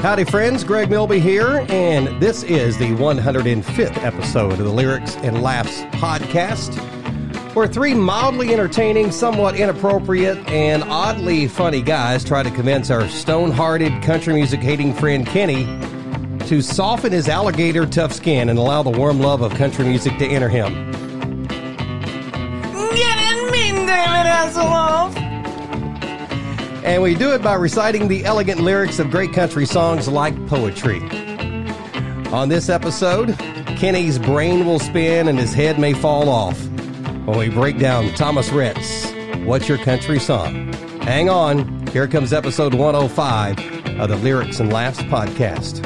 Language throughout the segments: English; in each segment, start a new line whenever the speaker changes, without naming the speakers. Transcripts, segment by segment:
Howdy, friends. Greg Milby here, and this is the 105th episode of the Lyrics and Laughs podcast, where three mildly entertaining, somewhat inappropriate, and oddly funny guys try to convince our stone hearted, country music hating friend Kenny to soften his alligator tough skin and allow the warm love of country music to enter him.
Get in mean, David Hasselhoff.
And we do it by reciting the elegant lyrics of great country songs like poetry. On this episode, Kenny's brain will spin and his head may fall off when we break down Thomas Rhett's What's Your Country Song? Hang on, here comes episode 105 of the Lyrics and Laughs podcast.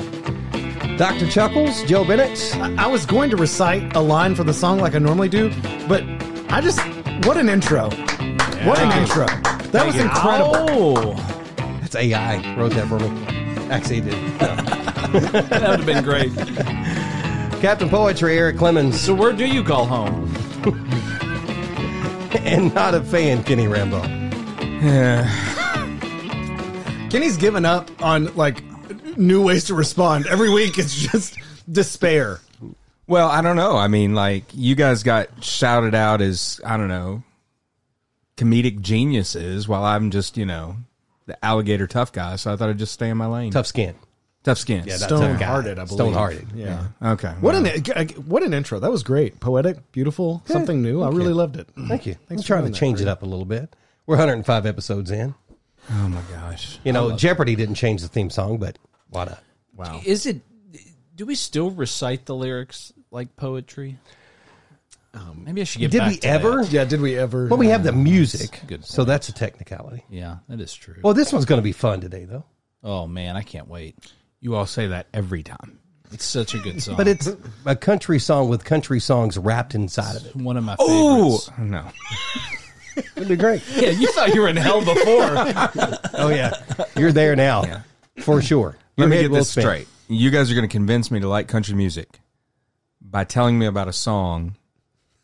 Dr. Chuckles, Joe Bennett,
I was going to recite a line from the song like I normally do, but I just what an intro! What an intro! That was incredible.
Oh,
that's AI, wrote that for me. Actually, he did.
that would have been great.
Captain Poetry, Eric Clemens.
So where do you call home?
and not a fan, Kenny Rambo.
Kenny's given up on like new ways to respond every week. It's just despair.
Well, I don't know. I mean, like you guys got shouted out as I don't know, comedic geniuses, while I'm just you know the alligator tough guy. So I thought I'd just stay in my lane.
Tough skin.
tough skin. Yeah,
that's
Stone
a guy.
hearted, I believe.
Stone hearted.
Yeah.
okay.
What an what an intro! That was great, poetic, beautiful, something new. I really loved it.
Thank you. I'm
for
trying to
doing that,
change it up a little bit. We're 105 episodes in.
oh my gosh.
You know, Jeopardy didn't change the theme song, but why not?
Wow.
Is it? Do we still recite the lyrics like poetry? Um, Maybe I should get
Did
back
we
to
ever?
that.
Yeah, did we ever?
Well, we have the music,
good
so that's a technicality.
Yeah, that is true.
Well, this one's going to be fun today, though.
oh man, I can't wait.
You all say that every time.
It's such a good song.
But it's a country song with country songs wrapped inside of it.
one of my
Oh
favorites.
no.
It'd be great.
Yeah, you thought you were in hell before.
oh yeah, you're there now, for sure.
Let
Your
me
head
get
will
this
spin.
straight. You guys are going to convince me to like country music by telling me about a song,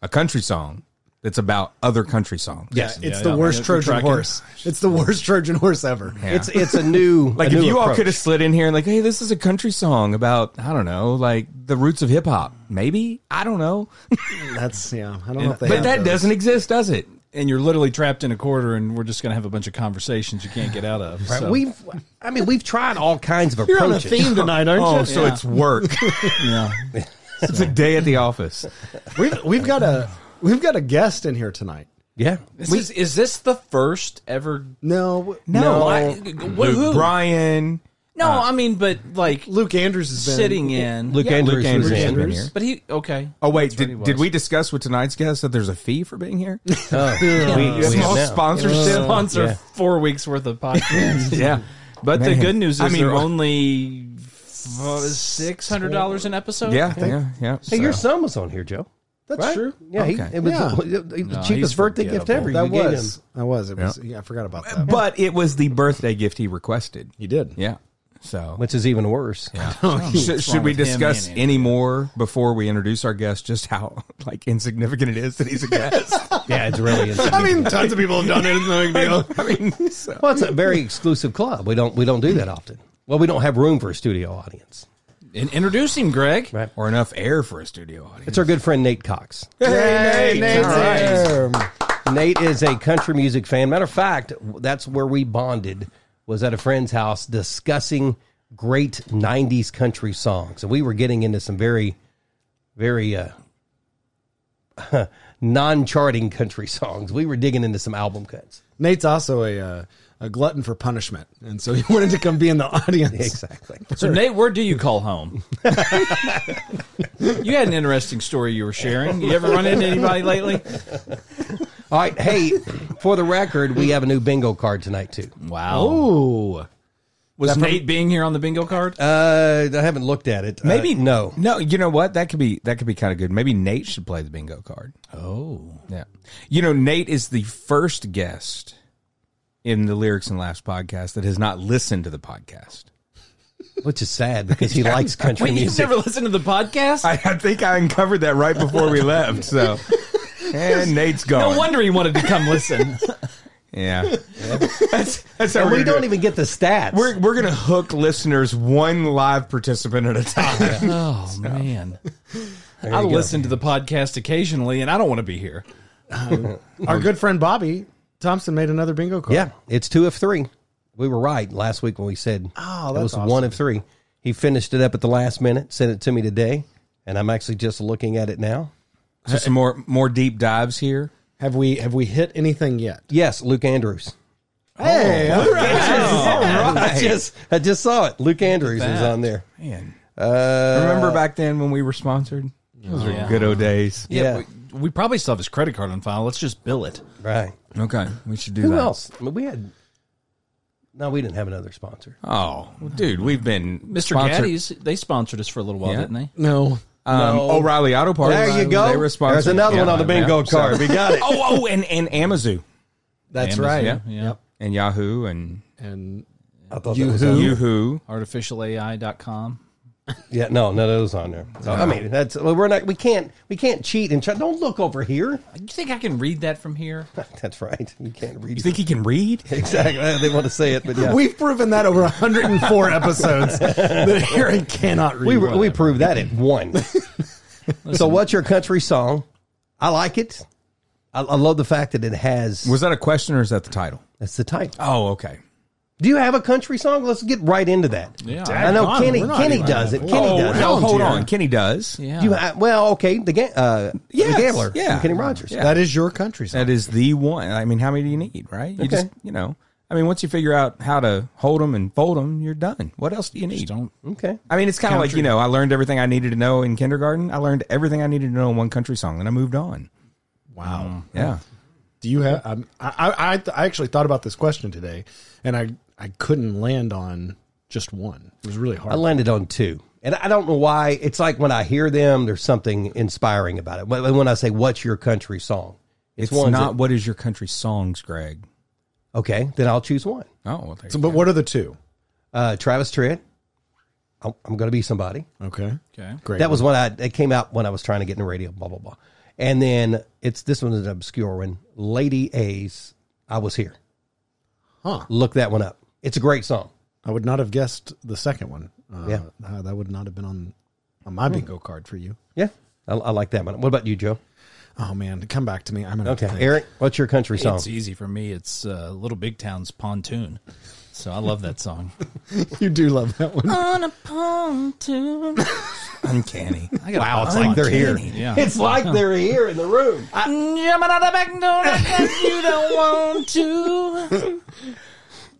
a country song that's about other country songs.
yeah,
Yeah,
it's
yeah,
the
yeah.
worst
You're
Trojan
tracking.
horse. It's the worst Trojan horse ever.
It's it's a new
Like
a
if
new
you all
approach.
could have slid in here and like, hey, this is a country song about I don't know, like the roots of hip hop, maybe I don't know,
That's yeah. I don't know if they
but
have
that
those.
doesn't exist, does it?
and you're literally trapped in a quarter, and we're just going to have a bunch of conversations you can't get out of. so-
We've, I mean, we've tried all kinds of
You're on a
approaches.
theme tonight, aren't you?
Oh, so
Yeah.
it's work.
yeah.
it's a day at the office.
We've we've got a we've got a guest in here tonight.
Yeah,
This is, is this the first ever?
No,
No,
I- what- who?
Brian,
No, I mean, but like
Luke Andrews has been
Uh, sitting in.
Luke
Yeah,
Andrews,
Luke Andrews,
was
has
in.
been
Andrews.
here.
But he okay.
Oh wait,
he
did,
was.
did we discuss with tonight's guest that there's a fee for being here?
Oh, we- we have
Small
now.
sponsorship.
Sponsor
yeah.
four weeks worth of podcast.
yeah,
but the
Man.
good news is
I mean,
they're
well-
only six hundred dollars an episode.
yeah, yeah, yeah.
Hey,
So-
your son was on here, Joe.
That's
right?
true.
Yeah, he,
Okay.
it was
Yeah.
the, the
he's
cheapest birthday gift ever.
That
you gave
was.
him.
I was. It was. Yeah, I forgot about that.
but it was the birthday gift he requested.
He did.
Yeah, so
which is even worse.
should, should we
Oh, with him
discuss
and Andrew?
any more before we introduce our guest just how like insignificant it is that he's a guest
yeah, it's really.
I
Insane.
mean, tons of people have done it. It's no big deal.
i mean so.
well, it's a very exclusive club. We don't we don't do that often. Well, we don't have room for a studio audience.
And introduce him, Greg.
Right.
or enough air for a studio audience
It's our good friend Nate Cox.
Hey, Nate's
All right.
here.
Nate is a country music fan. Matter of fact, that's where we bonded. Was at a friend's house discussing great '90s country songs, and we were getting into some very, very uh, non-charting country songs. We were digging into some album cuts.
Nate's also a uh, a glutton for punishment, and so he wanted to come be in the audience.
Exactly.
So Nate, where do you call home? you had an interesting story you were sharing. You ever run into anybody lately?
All right. Hey, for the record, we have a new bingo card tonight too.
Wow.
Ooh,
Was Nate being here on the bingo card?
Uh, I haven't looked at it. Uh,
maybe
no.
no you know what that could be that could be kind of good maybe nate should play the bingo card
oh.
yeah you know nate is the first guest in the lyrics and laughs podcast that has not listened to the podcast
Which is sad because he likes country
Wait, you've
music.
never listened to the podcast?
I, I think I uncovered that right before we left. So, and Nate's gone.
no wonder he wanted to come listen.
Yeah, that's that's how
And we
we're gonna do
don't
it.
even get the stats.
We're we're gonna hook listeners one live participant at a time.
Oh man, I listen to the podcast occasionally, and I don't want to be here.
Our good friend Bobby Thompson made another bingo card.
yeah, it's two of three. We were right last week when we said
Oh,
it
that's
was
awesome.
one of three. He finished it up at the last minute, sent it to me today, and I'm actually just looking at it now.
So some more more deep dives here.
Have we have we hit anything yet?
Yes, Luke Andrews.
Hey, all right.
I just I just saw it. Luke Andrews is on there.
Man, remember back then when we were sponsored? Those were good old days.
Yeah,
We, we probably still have his credit card on file. Let's just bill it.
right.
Okay, we should do
Who
that.
else? I mean, we had. No, we didn't have another sponsor.
Oh, dude, we've been
Mr.
sponsored-
Gaddy's, they sponsored us for a little while,
Yeah.
didn't they?
No.
Um, O'Reilly Auto Parts.
There you go.
They were sponsored.
There's another one
Yeah,
on the bingo
yeah.
card. We got it.
oh, oh, and and Amazoo
That's
Amazon,
right.
yeah.
Yeah.
and Yahoo and
And
I thought
You
that was
who?
on-
Yoohoo.
Artificialai.com.
Yeah, no, none of those on there. So, I mean, that's well, we're not. We can't. We can't cheat and try. Don't look over here.
You think I can read that from here?
That's right. You can't read.
You think he can read?
exactly. They want to say it, but yeah.
We've proven that over 104 episodes that Aaron cannot read.
we
one.
we proved that at one. so, what's your country song? I like it. I, I love the fact that it has.
Was that a question or is that the title?
that's the title.
Oh, okay.
Do you have a country song? Let's get right into that.
Yeah.
I know
Daggone,
Kenny.
we're not
Kenny
even-
does it. Kenny
oh,
does
no,
it.
hold
dear.
on. Kenny does.
Yeah.
You ha- well, okay. The, ga- uh,
Yes,
the gambler.
yeah.
from Kenny Rogers.
Yeah.
That is your country song.
That is the one. I mean, how many do you need, right? You just, you know, I mean, once you figure out how to hold them and fold them, you're done. What else do you need?
don't.
Okay.
I mean, it's kind of like, you know, I learned everything I needed to know in kindergarten. I learned everything I needed to know in one country song, then I moved on.
Wow.
Mm.
Yeah.
Do you have? Um, I, I I I actually thought about this question today, and I I couldn't land on just one. It was really hard.
I landed on two. And I don't know why. It's like when I hear them, there's something inspiring about it. When when I say, "What's your country song?"
It's,
ones
not what is your country songs, Greg.
Okay, then I'll choose one.
Oh, well, there
so,
you
but
go.
what are the two?
Uh, Travis Tritt. I'm, I'm going to be somebody.
Okay.
Okay.
Great.
That was one I it came out when I was trying to get in the radio. Blah blah blah. And then it's this one is an obscure one. Lady A's. I was here.
Huh.
Look that one up. It's a great song.
I would not have guessed the second one. Uh,
Yeah.
uh, that would not have been on on my bingo card for you.
Yeah, I, I like that one. What about you, Joe?
Oh man, come back to me. I'm gonna have to
Okay,
think.
Eric. What's your country song?
It's easy for me. It's uh, Little Big Town's Pontoon. So I love that song.
You do love that one.
On a pontoon.
uncanny.
I got
Wow, it's like they're here.
Yeah.
It's like they're here in the room.
Jumping out the back door like that you don't want to.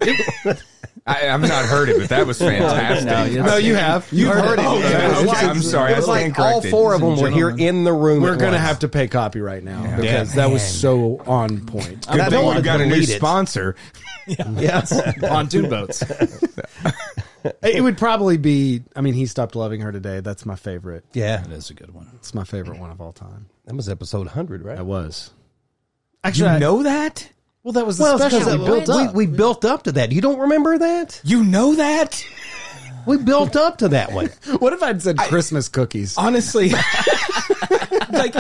I, I've not heard it, but that was fantastic.
No, it's- No,
you have. You
You've heard it.
Oh,
It
yeah,
was
okay,
like-
I'm sorry.
It was
I
like
stand
all
corrected.
four of them were here
gentlemen.
in the room.
We're
at
gonna
once.
have to pay copy right now because
Yeah.
that was so on point.
I
Good
don't
thing
wanna
we've got a new
delete it.
sponsor.
Yeah.
Pontoon boats.
it would probably be. I mean, he stopped loving her today. That's my favorite.
yeah.
That is a good one.
It's my favorite one of all time.
That was episode 100, right?
That was.
Actually, you know that?
Well, that was the
Well, it's
special
'cause
we
we-
built up.
We, we built up to that. You don't remember that?
You know that?
We built up to that one.
what if I'd said Christmas cookies?
Honestly, like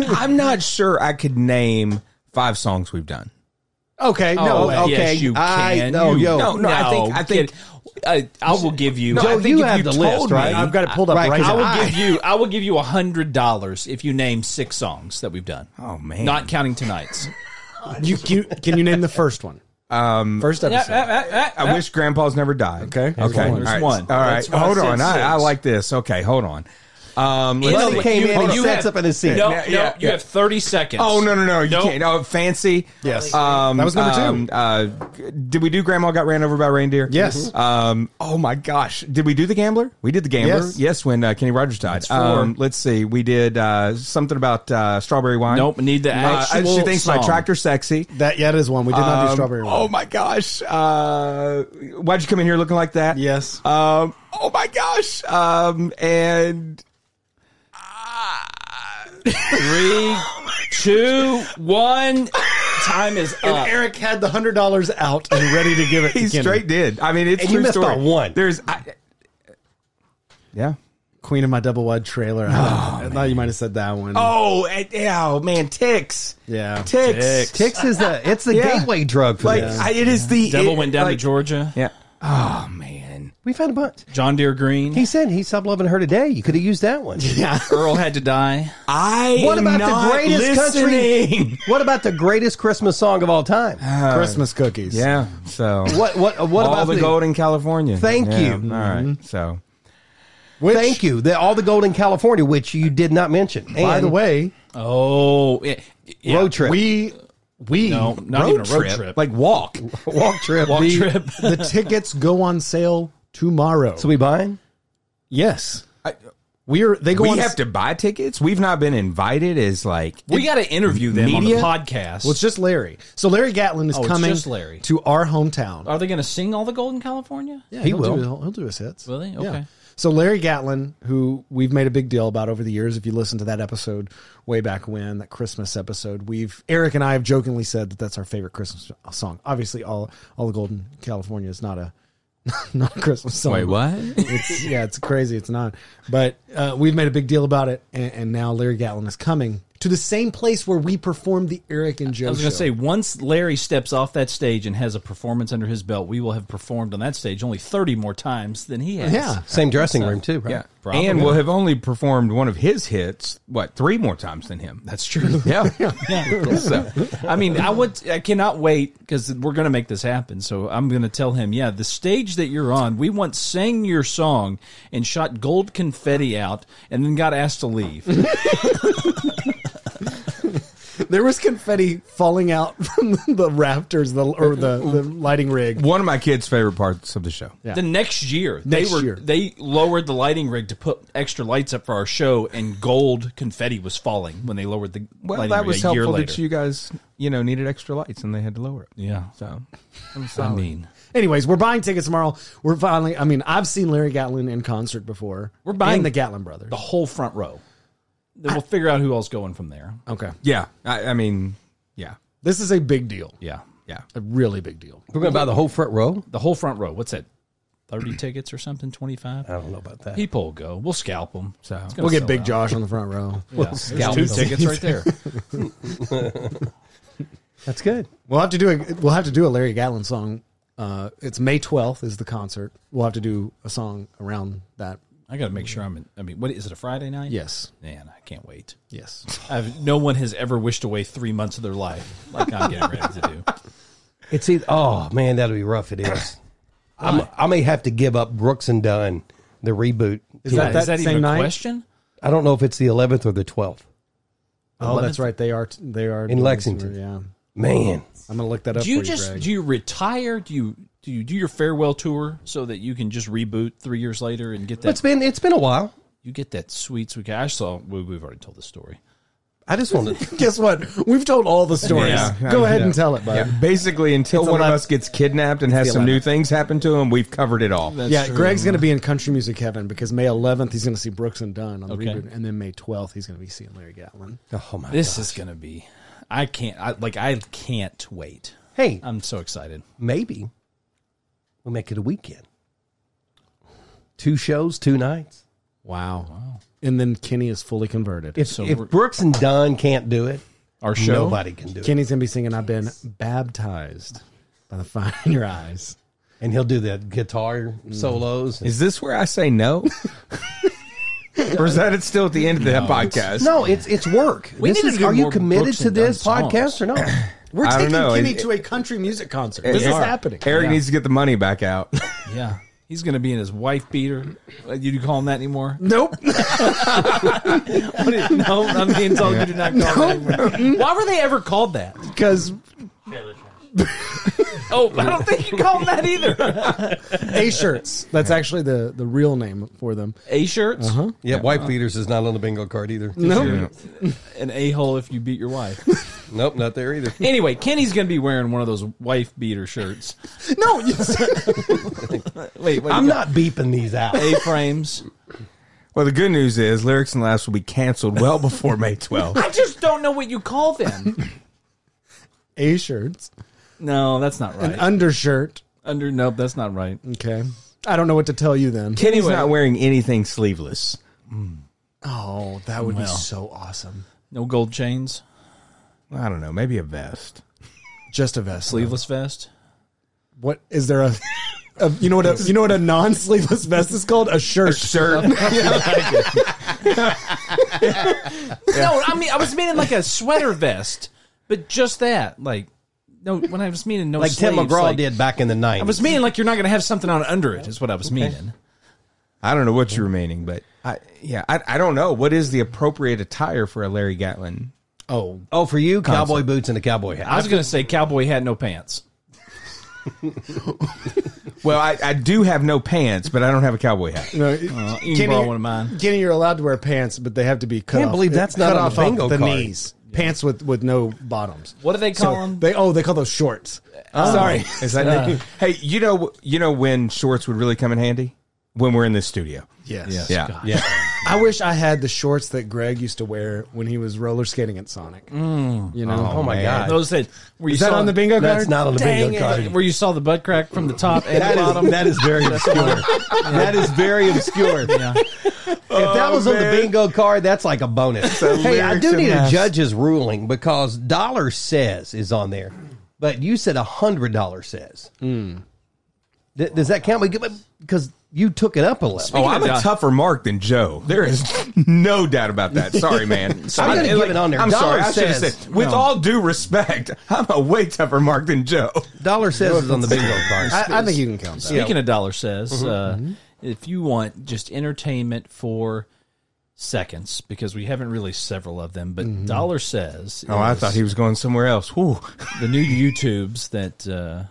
I'm not sure I could name five songs we've done.
Okay,
Oh,
no,
well,
okay.
okay.
Yes, you
I-
can.
no,
You-
yo.
No, no, I think- I think-
kid. I, I will give you.
Joe,
I think
you
if
have
you
the
told
list,
me-
right?
I've got it pulled up
Right,
right,
'cause
I
now.
will
I-
give you. I will give you a hundred dollars if you name six songs that we've done.
Oh, man.
not counting tonight's.
You, you- can you name the first one? Um, first
Eh,
episode.
I wish Grandpa's never died.
Okay. Here's
okay.
one.
All
Here's
right.
one.
All right.
That's why I
Hold
said
on. I,
six.
I like this. Okay. Hold on. Um, let's
Well, he
see.
came in,
Hold
he
on.
sets up in his seat.
No,
Yeah,
no,
yeah,
you
yeah.
have thirty seconds.
Oh no no no! You
Nope.
can't. Oh, fancy.
Yes.
um,
That was number two.
um, uh, did we do Grandma got ran over by reindeer?
Yes.
Um, oh my gosh! Did we do the gambler? We did the gambler.
Yes.
when uh, Kenny Rogers died.
four.
Um, let's see. We did uh, something about uh, strawberry wine.
Nope, need the
Uh,
actual
she thinks my
song.
tractor sexy.
that yet is one. We did not do
Um,
strawberry.
oh
Wine.
my gosh! Uh, why'd you come in here looking like that?
Yes.
Um, oh my gosh! Um, and
Three, two, one. Time is up.
Eric had the hundred dollars out and ready to give it.
he
to Kenny.
straight did. I mean, it's
And you
true
missed
story.
by one.
There's, I, yeah.
Queen of My Double Wide Trailer. I, thought, I thought you might have said that one.
Oh, eh, yeah, oh man, ticks.
Yeah.
Ticks. Ticks.
Ticks is the it's the
Yeah.
gateway drug for
Like
this.
I, it is the
Devil
it-
went down
like-
to Georgia.
Yeah. Oh man.
we found a bunch.
John Deere Green.
He said he stopped loving her today. You could have used that one.
Yeah.
Earl had to die.
I
What
am
about the
not
greatest country?
listening.
What about the greatest Christmas song of all time?
Christmas cookies.
Yeah. So
What what uh, what
all
about
the, gold in California?
Thank
Yeah,
you. Mm-hmm.
All right. So
Which,
Thank you. The, all the gold in California, which you did not mention. And
By the way,
Oh, yeah, yeah.
road trip,
we we
No, not even a road trip.
Like walk.
walk trip.
Walk
the,
trip.
the tickets go on sale tomorrow.
So we buying?
yes,
I-
we're they go.
we
on
have to buy tickets. We've not been invited. As like
We got to interview them
Media?
on the podcast.
Well, it's just Larry. So Larry Gatlin is
Oh, it's
coming
just Larry.
to our hometown.
Are they going to sing all the Golden California?
Oh, Yeah,
He
he'll
will.
Do, he'll, he'll do his hits.
Will he?
Yeah.
Okay.
So Larry Gatlin, who we've made a big deal about over the years, if you listen to that episode way back when, that Christmas episode, we've Eric and I have jokingly said that that's our favorite Christmas song. Obviously, all all the Golden California is not a not a Christmas song. It's, yeah, it's crazy. It's not, but uh, we've made a big deal about it, and, and now Larry Gatlin is coming to the same place where we performed the Eric and Joe.
I was going
show.
to say, once Larry steps off that stage and has a performance under his belt, we will have performed on that stage only 30 more times than he has.
yeah.
Same dressing room too, right?
Yeah. And we'll have only performed one of his hits, what, three more times than him.
That's true.
Yeah.
Yeah.
so,
I mean, I would, I cannot wait because we're going to make this happen. So I'm going to tell him, yeah, the stage that you're on, we once sang your song and shot gold confetti out, and then got asked to leave.
There was confetti falling out from the rafters, the or the, the lighting rig.
one of my kids' favorite parts of the show.
Yeah.
The next year,
Next
they were
year.
they lowered the lighting rig to put extra lights up for our show, and gold confetti was falling when they lowered the
Well,
lighting
that
rig
was
a year
helpful
later.
that you guys, you know, needed extra lights and they had to lower it.
yeah,
So,
I mean,
Anyways, we're buying tickets tomorrow. We're finally. I mean, I've seen Larry Gatlin in concert before.
We're buying-
and the Gatlin brothers.
the whole front row. Then we'll figure out who else going from there.
okay,
yeah. I, I mean, yeah.
this is a big deal.
Yeah,
Yeah.
A really big deal.
We're gonna buy the whole front row.
the whole front row. What's that? Thirty tickets or something? Twenty five?
I don't know about that.
People will go. We'll scalp them. So it's gonna
We'll get
sell
Big
out.
Josh on the front row.
Yeah. There's two tickets right there.
That's good.
We'll have to do a we'll have to do a Larry Gatlin song. Uh, it's May twelfth is the concert. We'll have to do a song around that.
I got to make sure I'm. In, I mean, what is it? A Friday night?
Yes,
Man, I can't wait.
yes.
I've, no one has ever wished away three months of their life like I'm getting ready to do.
It's either, oh man, that'll be rough. It is. I'm, I may have to give up Brooks and Dunn the reboot.
Is that
Is
that
that
same
even a
night?
question?
I don't know if it's the 11th or the 12th.
Oh, that's right. They are they are
In Lexington.
Yeah, I'm
Man,
gonna look that up.
Do you
for
just
Greg.
do you retire? Do you do you do your farewell tour so that you can just reboot three years later and get
it's
that
been it's been a while.
you get that sweet sweet? I saw we, we've already told the story.
I just wanted to
Guess what? We've told all the stories.
Yeah.
Go ahead
Yeah.
and tell it, bud.
Yeah, basically, until
It's
one of
11
us gets kidnapped and has
the
some new
11th.
things happen to him, we've covered it all.
yeah, Greg's going to be in country music heaven because May 11th he's going to see Brooks and Dunn on the reboot, and then May 12th he's going to be seeing Larry Gatlin.
Oh my.
This is gonna be. I can't. I like. I can't wait.
Hey,
I'm so excited.
maybe we'll make it a weekend. Two shows, two nights.
Wow. And then Kenny is fully converted.
If
So
if
we're-
Brooks and Dunn can't do it,
Our show.
nobody can do it.
Kenny's going to be singing, "I've been baptized by the fire in your eyes."
And he'll do the guitar solos.
Is this where I say no? or is that it still at the end of the podcast?
no, it's it's work.
We
this
need to
is,
do
are you
more
committed
Brooks
to
and Dunn
this podcast
songs.
or not?
We're
I don't
taking
know.
Kenny
It-
to a country music concert.
It-
This is
Eric-
happening.
Eric
Yeah.
needs to get the money back out.
Yeah. He's gonna be in his wife beater. Uh, You do call him that anymore?
Nope.
What is- no, I'm being told you do not call him that anymore. Why were they ever called that?
Because
Oh, I don't think you call them that either.
A shirts. That's actually the, the real name for them.
A shirts
Yeah, white beaters is not on the bingo card either.
Nope.
an a hole if you beat your wife.
Nope, not there either.
Anyway, Kenny's gonna be wearing one of those wife beater shirts.
No. you said-
Wait, wait
I'm not beeping these out.
A frames.
Well, the good news is lyrics and laughs will be canceled well before May 12th.
I just don't know what you call them.
A shirts.
No, that's not
An
right.
undershirt.
Under nope, that's not right.
Okay. I don't know what to tell you then.
Kenny's
Anyway.
not wearing anything sleeveless.
Oh, that would be
Well.
so awesome.
No gold chains,
I don't know. Maybe a vest.
Just a vest. though.
sleeveless vest.
What is there a, a you know what a, you know what a non-sleeveless vest is called? A shirt.
Shirt.
No, I mean I was meaning like a sweater vest, but just that, like no. When I was meaning no,
like Tim
sleeves,
McGraw
like-
did back in the 90s.
I was meaning like you're not going to have something on under it. Is what I was meaning.
I don't know what you're remaining, but I yeah, I, I don't know what is the appropriate attire for a Larry Gatlin.
Oh,
oh, for you, cowboy boots and a cowboy hat.
I was going to say cowboy hat, no pants.
Well, I, I do have no pants, but I don't have a cowboy hat.
no,
you can borrow one of mine.
Kenny, you're allowed to wear pants, but they have to be cut.
Can't
off-
believe that's not on
cut
the
off off
bingo
the
card.
knees. Pants with with no bottoms.
What do they call
So
them?
they oh they call those shorts. Oh. Sorry, Uh.
Is that Hey, you know you know when shorts would really come in handy? When we're in this studio.
Yes.
Yeah.
yeah.
I wish I had the shorts that Greg used to wear when he was roller skating at Sonic. You know,
Oh, my
man.
God.
Those that were you
is that
saw,
on the bingo card?
That's not on the
Dang
bingo
it.
card.
Where you saw the butt crack from the top and
That
the bottom.
is, that is very obscure. That is very obscure. If that was on the
Oh, man.
bingo card, that's like a bonus.
a
hey, I
lyrics
do
and
need a
math.
judge's ruling because dollar says is on there, but you said a hundred dollar says.
Hmm.
Th- does that count? Because you took it up a level.
Oh, I'm a tougher mark than Joe. There is no doubt about that. Sorry, man.
I'm gonna
I-
give it on there.
I'm
Dollar
sorry. I should have
says-
said. With all due respect, I'm a way tougher mark than Joe.
Dollar says is on the bingo card.
I, I think you can count that.
Speaking of dollar says, uh, if you want just entertainment for seconds, because we haven't released several of them, but dollar says.
Oh, I
is
thought he was going somewhere else. Whew.
the new YouTubes that uh,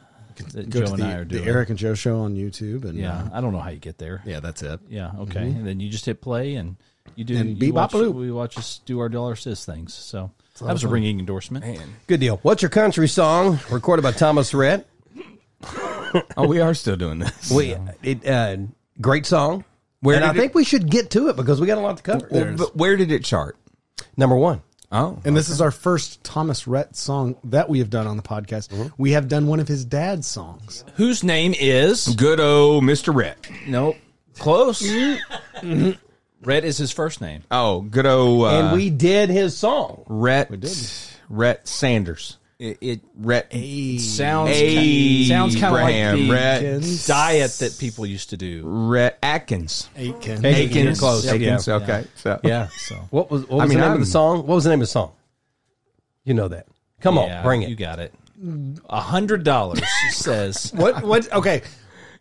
that
Go
Joe
to
and
the,
I are
the
doing.
Eric and Joe show on YouTube, and
yeah,
uh,
I don't know how you get there.
yeah, that's it.
Yeah, okay. And then you just hit play and you do.
And
you
bebop
watch,
loop.
we watch us do our dollar says things. So that was a ringing endorsement.
Good deal. What's your country song? Recorded by Thomas Rhett.
Oh, we are still doing this.
We it uh, great song.
Where
and I
did it-
think we should get to it because we got a lot to cover.
Well, but where did it chart?
Number one.
Oh,
And this is our first Thomas Rhett song that we have done on the podcast. We have done one of his dad's songs.
Whose name is?
good old Mr. Rhett.
Nope. Close. Mm-hmm. Red is his first name.
Oh, good old uh,
and we did his song.
Rhett. Rhett Sanders.
It, it
Rhett
sounds
Abraham.
sounds kind of like the
Rhett.
diet that people used to do.
Rhett Atkins.
Aiken.
Atkins.
Close.
Atkins.
Yeah.
Okay. So
Yeah.
So
What was what was
I mean,
the name of
I'm-
the song? What was the name of the song? You know that. Come
yeah,
on, Oh, bring it.
You got it. A hundred dollars says.
What? What? Okay.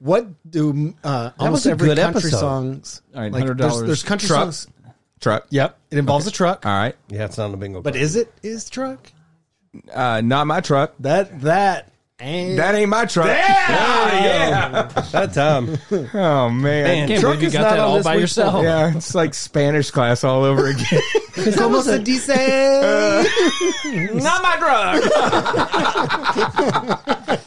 What do uh, almost
was a
every
good
country
episode.
songs?
All right,
there's,
$100
there's country
truck.
songs.
Truck.
Yep, it involves a truck.
All right.
Yeah, it's not on the bingo.
But
card.
is it is truck?
Uh, not my truck.
That that and
That ain't my truck.
that time?
Oh man. oh.
Can't
Truck
believe you
is
got
not
that
on
all
this
by
week's
yourself.
Yeah, it's like Spanish class all over again.
it's almost a decent.
Not my drug.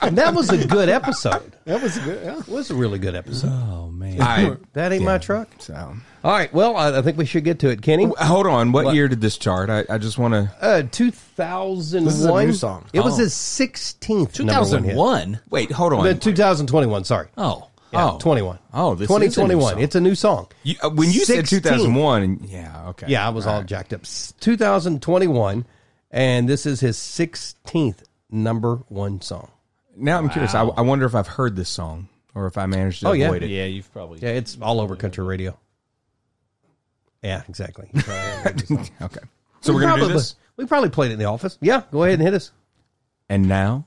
And that was a good episode.
that was good. Yeah.
It was a really good episode.
Oh man.
I,
That ain't my truck.
so.
All right. Well, I, I think we should get to it, Kenny.
Hold on. What, year did this chart? I, I just want to.
Uh, two thousand
This is a
one
new song.
It was his sixteenth.
Two thousand one.
Wait, hold on.
Two thousand twenty-one. Sorry.
Oh.
Yeah,
Oh.
21.
Oh, this is a new
2021.
song.
It's a new song.
You- uh, when you
16.
said 2001, and- yeah, okay.
Yeah, I was all jacked up. S- 2021, and this is his 16th number one song.
Now I'm curious. I, I wonder if I've heard this song or if I managed to
Oh, yeah.
avoid it.
Yeah, you've probably.
Yeah, it's all over country radio. Yeah, exactly.
Okay. So we're going to
probably,
do this.
We probably played it in the office. Yeah, go ahead and hit us.
And now,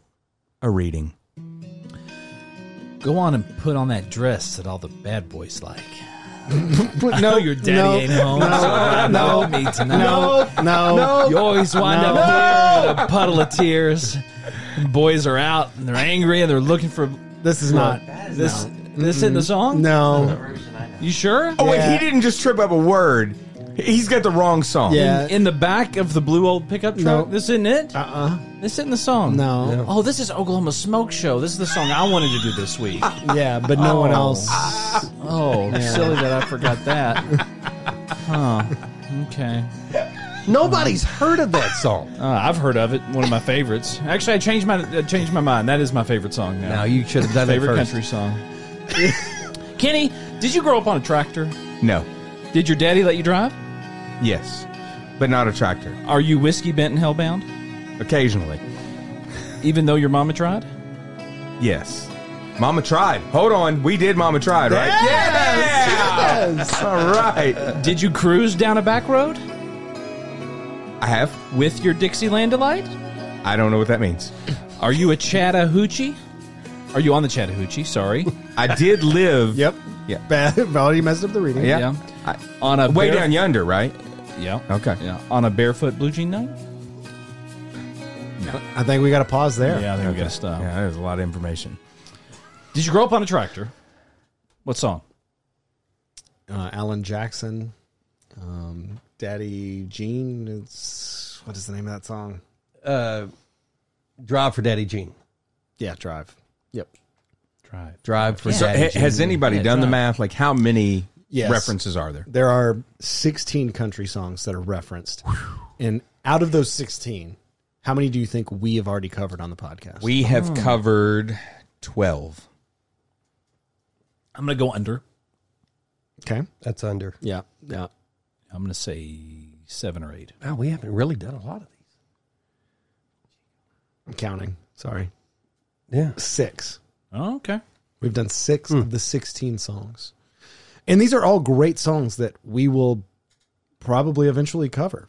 a reading.
Go on and put on that dress that all the bad boys like. no, your daddy ain't home. No, no, me tonight.
No, no,
You always wind
No.
up there in a puddle of tears. Boys are out and they're angry and they're looking for
This is not.
this. This isn't the song.
No,
You sure?
Oh,
Yeah.
wait, he didn't just trip up a word. He's got the wrong song.
Yeah.
In the back of the blue old pickup truck.
No.
This isn't it.
uh, uh
This isn't the song.
No. No.
Oh, this is Oklahoma Smoke Show. This is the song I wanted to do this week.
yeah, but no one else.
Oh, silly that I forgot that. Huh. Okay.
Nobody's heard of that song.
Uh, I've heard of it. One of my favorites. Actually, I changed my I changed my mind. That is my favorite song now.
Now, you should have done it
favorite
first.
country song. Kenny, did you grow up on a tractor?
No.
Did Did your daddy let you drive?
Yes, but not a tractor.
Are you whiskey bent and hellbound?
Occasionally.
Even though your mama tried?
Yes. Mama tried. Hold on. We did Mama tried, right? Yes. All right.
Did you cruise down a back road
I have.
with your Dixieland delight?
I don't know what that means.
Are you a Chattahoochee? Are you on the Chattahoochee? Sorry.
I did live.
Yep.
Yeah.
Bad. Valdi messed up the reading.
Yeah.
Yeah.
I-
On a
way
bare-
down yonder, right?
Yeah.
Okay.
Yeah. On a barefoot blue jean night?
I think we got to pause there.
I think we gotta stop.
Yeah, there's a lot of information.
Did you grow up on a tractor? What song?
Uh, Alan Jackson, um, Daddy Gene. It's what is the name of that song?
Uh, Drive for Daddy Gene.
Yeah, Drive. Yep.
Drive.
Drive for
So,
Daddy
ha-
Gene.
has anybody
Yeah,
done the
drive.
math? Like, how many
Yes.
references are there?
There are 16 country songs that are referenced, and out of those 16, how many do you think we have already covered on the podcast?
We have covered 12.
I'm gonna go under.
okay.
That's under.
Yeah. Yeah.
I'm gonna say seven or eight.
Wow, we haven't really done a lot of these.
I'm counting. Sorry.
Yeah.
Six.
Oh, okay.
We've done six of the 16 songs. And these are all great songs that we will probably eventually cover.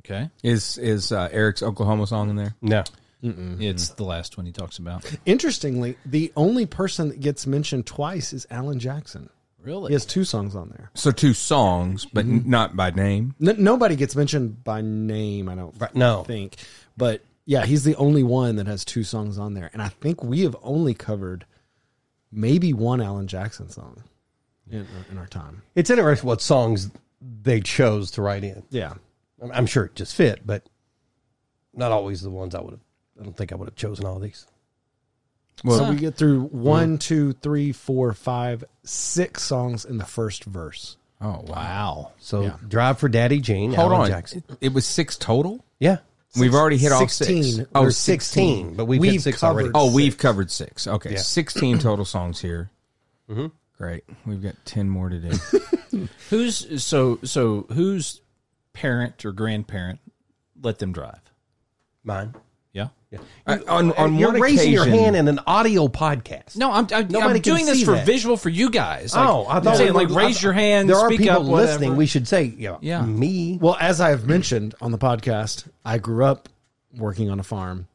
Okay.
Is is uh, Eric's Oklahoma song in there?
No. Mm-hmm.
It's the last one he talks about.
Interestingly, the only person that gets mentioned twice is Alan Jackson.
Really?
He has two songs on there.
So two songs, but n- not by name.
N- nobody gets mentioned by name, I don't
Right, no.
think. But yeah, he's the only one that has two songs on there. And I think we have only covered maybe one Alan Jackson song in, in our time.
It's interesting what songs they chose to write in.
Yeah.
I'm- I'm sure it just fit, but not always the ones I would have. I don't think I would have chosen all these.
so we get through one, two, three, four, five, six songs in the first verse.
Oh wow!
Wow.
So
Yeah.
drive for Daddy Gene.
Hold
Alan
on,
Jackson.
It, it was six total.
Yeah.
we've already hit all six.
Oh,
Oh,
six.
16, but we've, hit
We've
six already.
covered-
Oh,
Six.
we've covered six. Okay,
Yeah.
sixteen total songs here. Great. We've got ten more to do.
Who's so so whose parent or grandparent let them drive?
Oh, mine.
Yeah.
Uh, on on
You're
one
raising your
occasion-
hand in an audio podcast.
No, I'm, I'm,
Nobody
I'm
can
doing this
see
for
that.
visual for you guys. Like,
Oh, I thought
I'm saying,
we were-
like raise
I-
your hand.
There are
speak
people
up, whatever.
listening. We should say, you know,
Yeah.
me.
Well, as I have mentioned on the podcast, I grew up working on a farm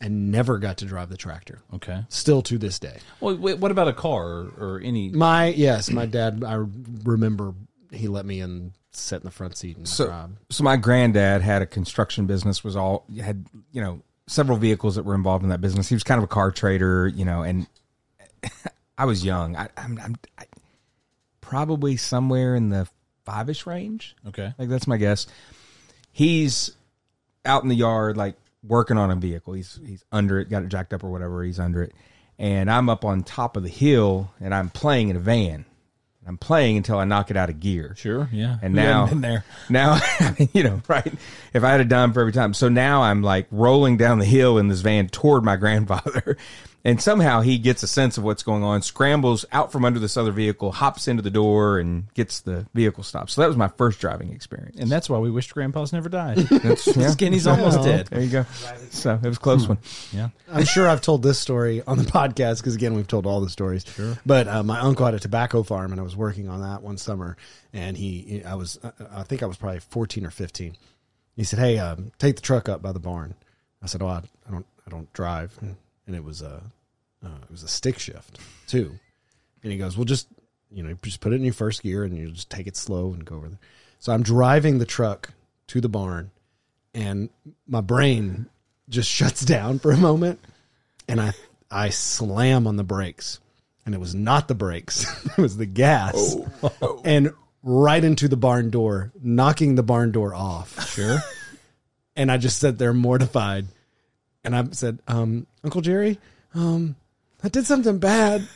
and never got to drive the tractor.
Okay.
Still to this day.
Well, wait, what about a car or, or any?
My yes, my dad. I remember he let me in, sit in the front seat, and
So,
drive.
so my granddad had a construction business. Was all had you know several vehicles that were involved in that business. He was kind of a car trader, you know. And I was young. I, I'm, I'm I, probably somewhere in the five ish range.
Okay.
Like that's my guess. He's out in the yard, like working on a vehicle. He's he's under it, got it jacked up or whatever. He's under it, and I'm up on top of the hill, and I'm playing in a van. I'm playing until I knock it out of gear.
Sure. Yeah.
And
Who hadn't
now,
been there.
now, you know, right? If I had a dime for every time, so now I'm like rolling down the hill in this van toward my grandfather, and somehow he gets a sense of what's going on, scrambles out from under this other vehicle, hops into the door, and gets the vehicle stopped. So that was my first driving experience.
And that's why we wished grandpa's never died.
that's yeah,
Skinny's almost
Oh.
dead. Hmm.
there you go. So it was a close one.
Yeah.
I'm sure I've told this story on the podcast because again we've told all the stories. Sure. But uh, my uncle had a tobacco farm and I was working on that one summer, and he I was I- I think I was probably 14 or 15. He said, "Hey, um, take the truck up by the barn." I said, "Oh, I, I don't I don't drive," and it was a uh, it was a stick shift too. And he goes, "Well, just you know, just put it in your first gear and you just take it slow and go over there." So I'm driving the truck to the barn, and my brain just shuts down for a moment, and I I slam on the brakes, and it was not the brakes, it was the gas, and right into the barn door, knocking the barn door off. Sure. and I just sat there mortified, and I said, um, "Uncle Jerry, um, I did something bad."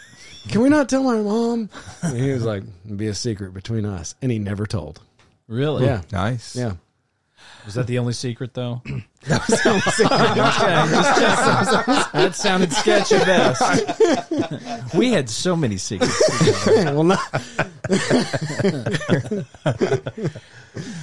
Can we not tell my mom? And he was like, "It'd be a secret between us. And he never told.
Really?
Yeah.
Nice.
Yeah.
Was that the only secret, though? that was the only secret. that sounded sketchy best. we had so many secrets.
well, not,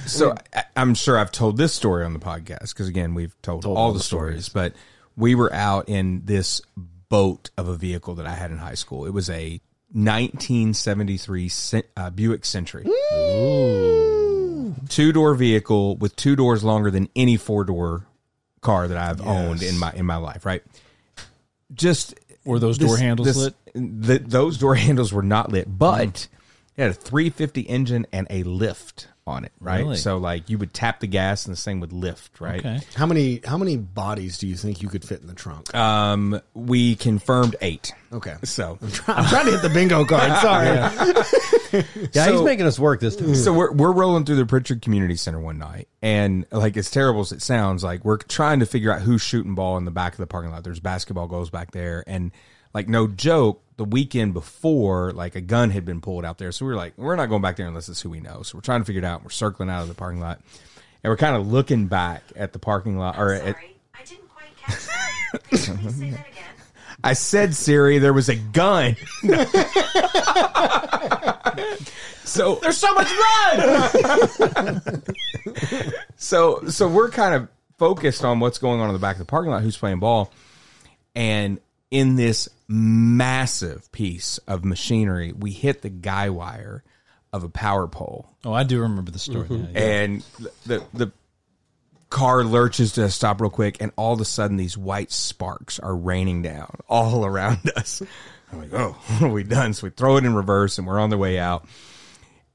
So I, I'm sure I've told this story on the podcast because again we've told, all the stories, but we were out in this boat of a vehicle that I had in high school. It was a 1973 Cen- uh, Buick Century, two door vehicle with two doors longer than any four door car that I've owned in my in my life. Right, just
Were those door
this-
handles
this-
lit? Mm.
th- those door handles were not lit, but it had a 350 engine and a lift on it, right?
Really?
So like you would tap the gas and this thing would lift, right?
Okay.
how many how many bodies do you think you could fit in the trunk?
Um, we confirmed eight.
okay,
So,
I'm trying to hit the bingo card. Sorry.
Yeah, he's
So-
making us work this time.
so we're we're rolling through the Pritchard Community Center one night, and like as terrible as it sounds, like we're trying to figure out who's shooting ball in the back of the parking lot. There's basketball goals back there, and like no joke, the weekend before, like a gun had been pulled out there. So we were like, we're not going back there unless it's who we know. So we're trying to figure it out. We're circling out of the parking lot, and we're kind of looking back at the parking lot or at,
Sorry, I didn't quite catch that. Could you please say that again?
I said, Siri, there was a gun. so there's so much blood. so so we're kind of focused on what's going on in the back of the parking lot, who's playing ball, and in this massive piece of machinery, we hit the guy wire of a power pole
Oh, I do remember the story. now, yeah.
and the the car lurches to a stop real quick, and all of a sudden these white sparks are raining down all around us. I'm like, oh, what are we done? So we throw it in reverse, and we're on the way out.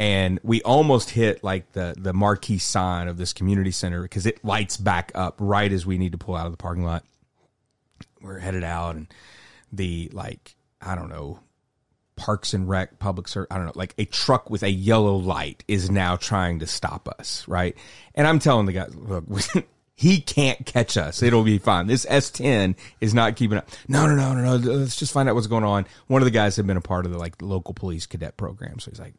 And we almost hit like the the marquee sign of this community center because it lights back up right as we need to pull out of the parking lot. We're headed out, and the like I don't know Parks and Rec, public service, I don't know, like a truck with a yellow light is now trying to stop us, right? And I'm telling the guy, look, he can't catch us. It'll be fine. This S10 is not keeping up. No, no, no, no, no. Let's just find out what's going on. One of the guys had been a part of the like local police cadet program. So he's like,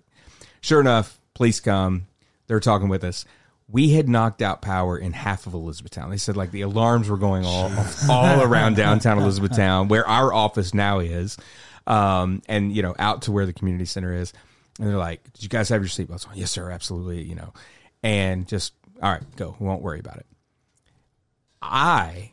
sure enough, police come. They're talking with us. We had knocked out power in half of Elizabethtown. They said like the alarms were going all all around downtown Elizabethtown, where our office now is, um, and you know out to where the community center is. And they're like, "Did you guys have your seatbelts on?" Yes, sir, absolutely. You know, and just all right, go. We won't worry about it. I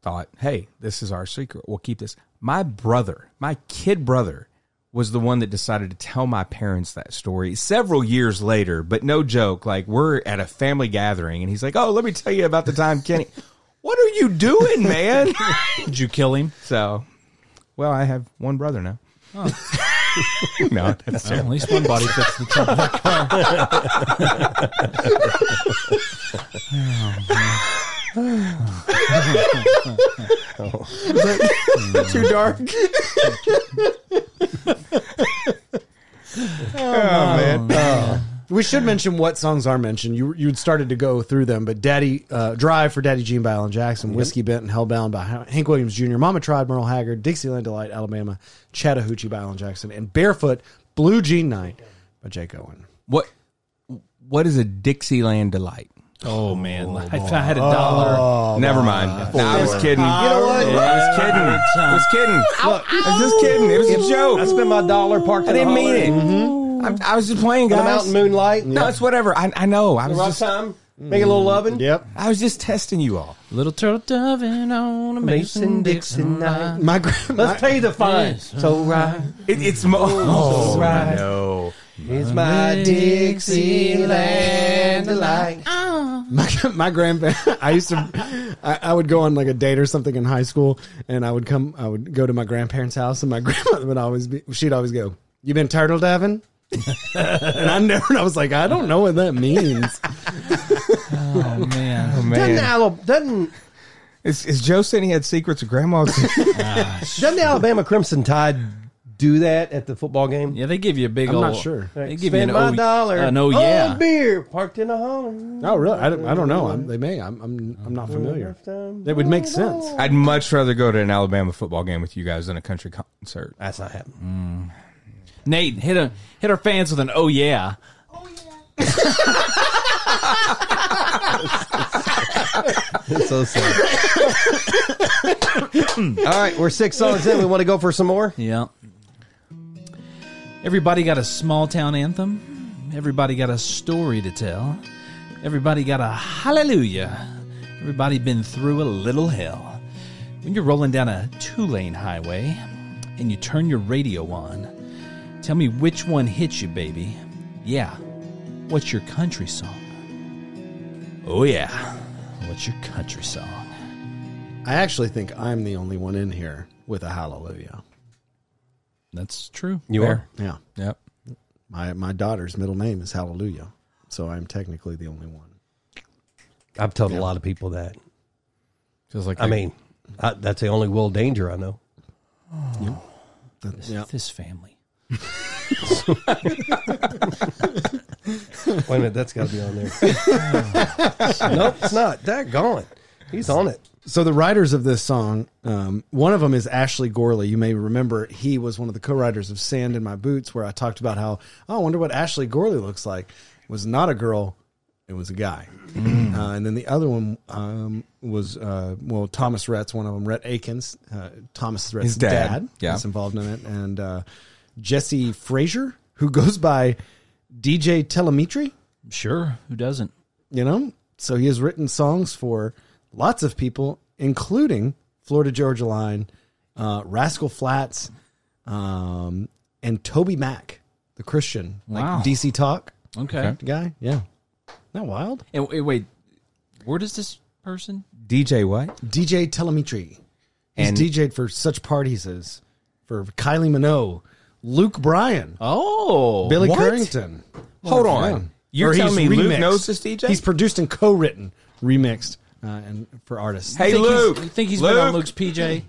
thought, hey, this is our secret. We'll keep this. My brother, my kid brother, was the one that decided to tell my parents that story several years later. But no joke, like we're at a family gathering and he's like, oh, let me tell you about the time Kenny. what are you doing, man?
Did you kill him?
so, well, I have one brother now. no, that's
Well, at least one body fits the truck.
too dark.
We should mention what songs are mentioned. You you'd started to go through them, but Daddy uh, Drive for Daddy Gene by Alan Jackson, Whiskey Bent and Hellbound by Ha- Hank Williams Jr., Mama Tried Merle Haggard, Dixieland Delight Alabama, Chattahoochee by Alan Jackson, and Barefoot Blue Jean Night by Jake Owen.
What? What is a Dixieland delight? Oh,
Oh man, if I had a dollar,
Never mind. Nah, I was kidding.
what?
I was kidding. I was kidding. I was just kidding. It was a joke.
I spent my dollar parked.
I
in a
didn't mean
holler Mm-hmm.
it. I'm, I was just playing,
In
guys.
the mountain moonlight.
No, it's whatever. I, I know. I was
Rough
just
time. Make a little oven.
Yep.
I was just testing you all.
little turtle doving on a Mason Dixon Uh-huh. line.
My, gra- my
Let's pay the fine. So right,
It, it's mo- oh,
right.
no.
it's my Dixieland delight.
my, my grandparents i used to I, I would go on like a date or something in high school and i would come i would go to my grandparents house and my grandmother would always be she'd always go you been turtle diving and i never i was like i don't know what that means
Oh man,
Doesn't Alabama, doesn't,
Is, is Joe saying he had secrets of grandma's?
doesn't the Alabama Crimson Tide do that at the football game?
yeah, they give you a big.
I'm not
ol-
sure.
They give you
Spend
an
my
oh,
dollar
An oh
on
yeah.
beer parked in a holler.
oh really i don't, I don't know I'm, they may I'm, I'm i'm not familiar that would make sense
I'd much rather go to an Alabama football game with you guys than a country concert.
That's not happening.
Nate hit a hit our fans with an oh yeah.
Oh, yeah.
It's so sad. All right, we're six songs in. We want to go for some more.
Yeah. Everybody got a small town anthem. Everybody got a story to tell. Everybody got a hallelujah. Everybody been through a little hell. When you're rolling down a two lane highway and you turn your radio on, tell me which one hits you, baby. Yeah. What's your country song? Oh, yeah. What's your country song?
I actually think I'm the only one in here with a hallelujah.
That's true.
You are.
Yeah.
Yep.
My my daughter's middle name is Hallelujah. So I'm technically the only one.
I've told a lot of people that.
Feels like
I mean, I, that's the only Will Danger I know.
yeah.
This family.
Wait a minute, that's got to be on there. nope, it's not. That gone. He's on it.
So the writers of this song, um, one of them is Ashley Gorley. You may remember he was one of the co-writers of "Sand in My Boots," where I talked about how oh, I wonder what Ashley Gorley looks like. It was not a girl, it was a guy.
Mm.
Uh, and then the other one um, was uh, well, Thomas Rhett's one of them, Rhett Akins, uh, Thomas Rhett's
His dad, yeah.
is involved in it, and uh, Jesse Frazier, who goes by DJ Telemetry
Sure. Who doesn't?
you know so he has written songs for lots of people including florida georgia line uh, rascal flats um, and toby mack the christian like
Wow.
dc talk
okay.
guy yeah Isn't that wild
And w- wait, where does this person?
DJ what?
dj telemetry he's
And-
dj'd for such parties as for kylie minogue luke bryan
Oh,
billy
what?
currington Oh,
Hold on.
Yeah.
You're
Or
telling
he's
me Luke
remixed.
knows this DJ?
he's produced and co-written remixed uh, and for artists
Hey,
Think
Luke.
He's, you think he's
Luke.
been on Luke's PJ?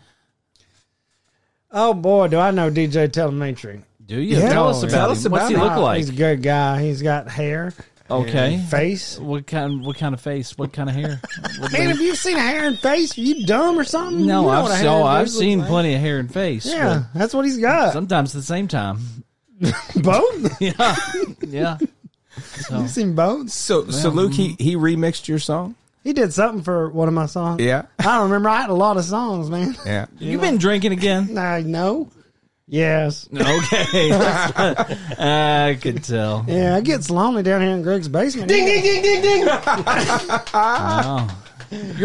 Oh boy, do I know DJ Telemetry.
Do you
Yeah.
tell us
Oh,
about
tell
him?
us
What's
about
he
him.
look like?
He's a good guy. He's got hair,
Okay.
face.
What kind? What kind of face? What kind of hair? What
Man, have you seen hair and face? Are you dumb or something?
no,
You know
I've,
what a hair
saw,
and
I've
face looks
seen
like.
plenty of hair and face.
Yeah, that's what he's
but
got.
Sometimes at the same time.
Both?
Yeah. yeah. So,
You've seen both?
So so Luke he, he remixed your song?
He did something for one of my songs.
Yeah.
I don't remember. I had a lot of songs, man.
Yeah.
you've been drinking again.
I know. Yes.
okay. I could tell.
Yeah, it gets lonely down here in Greg's basement.
You're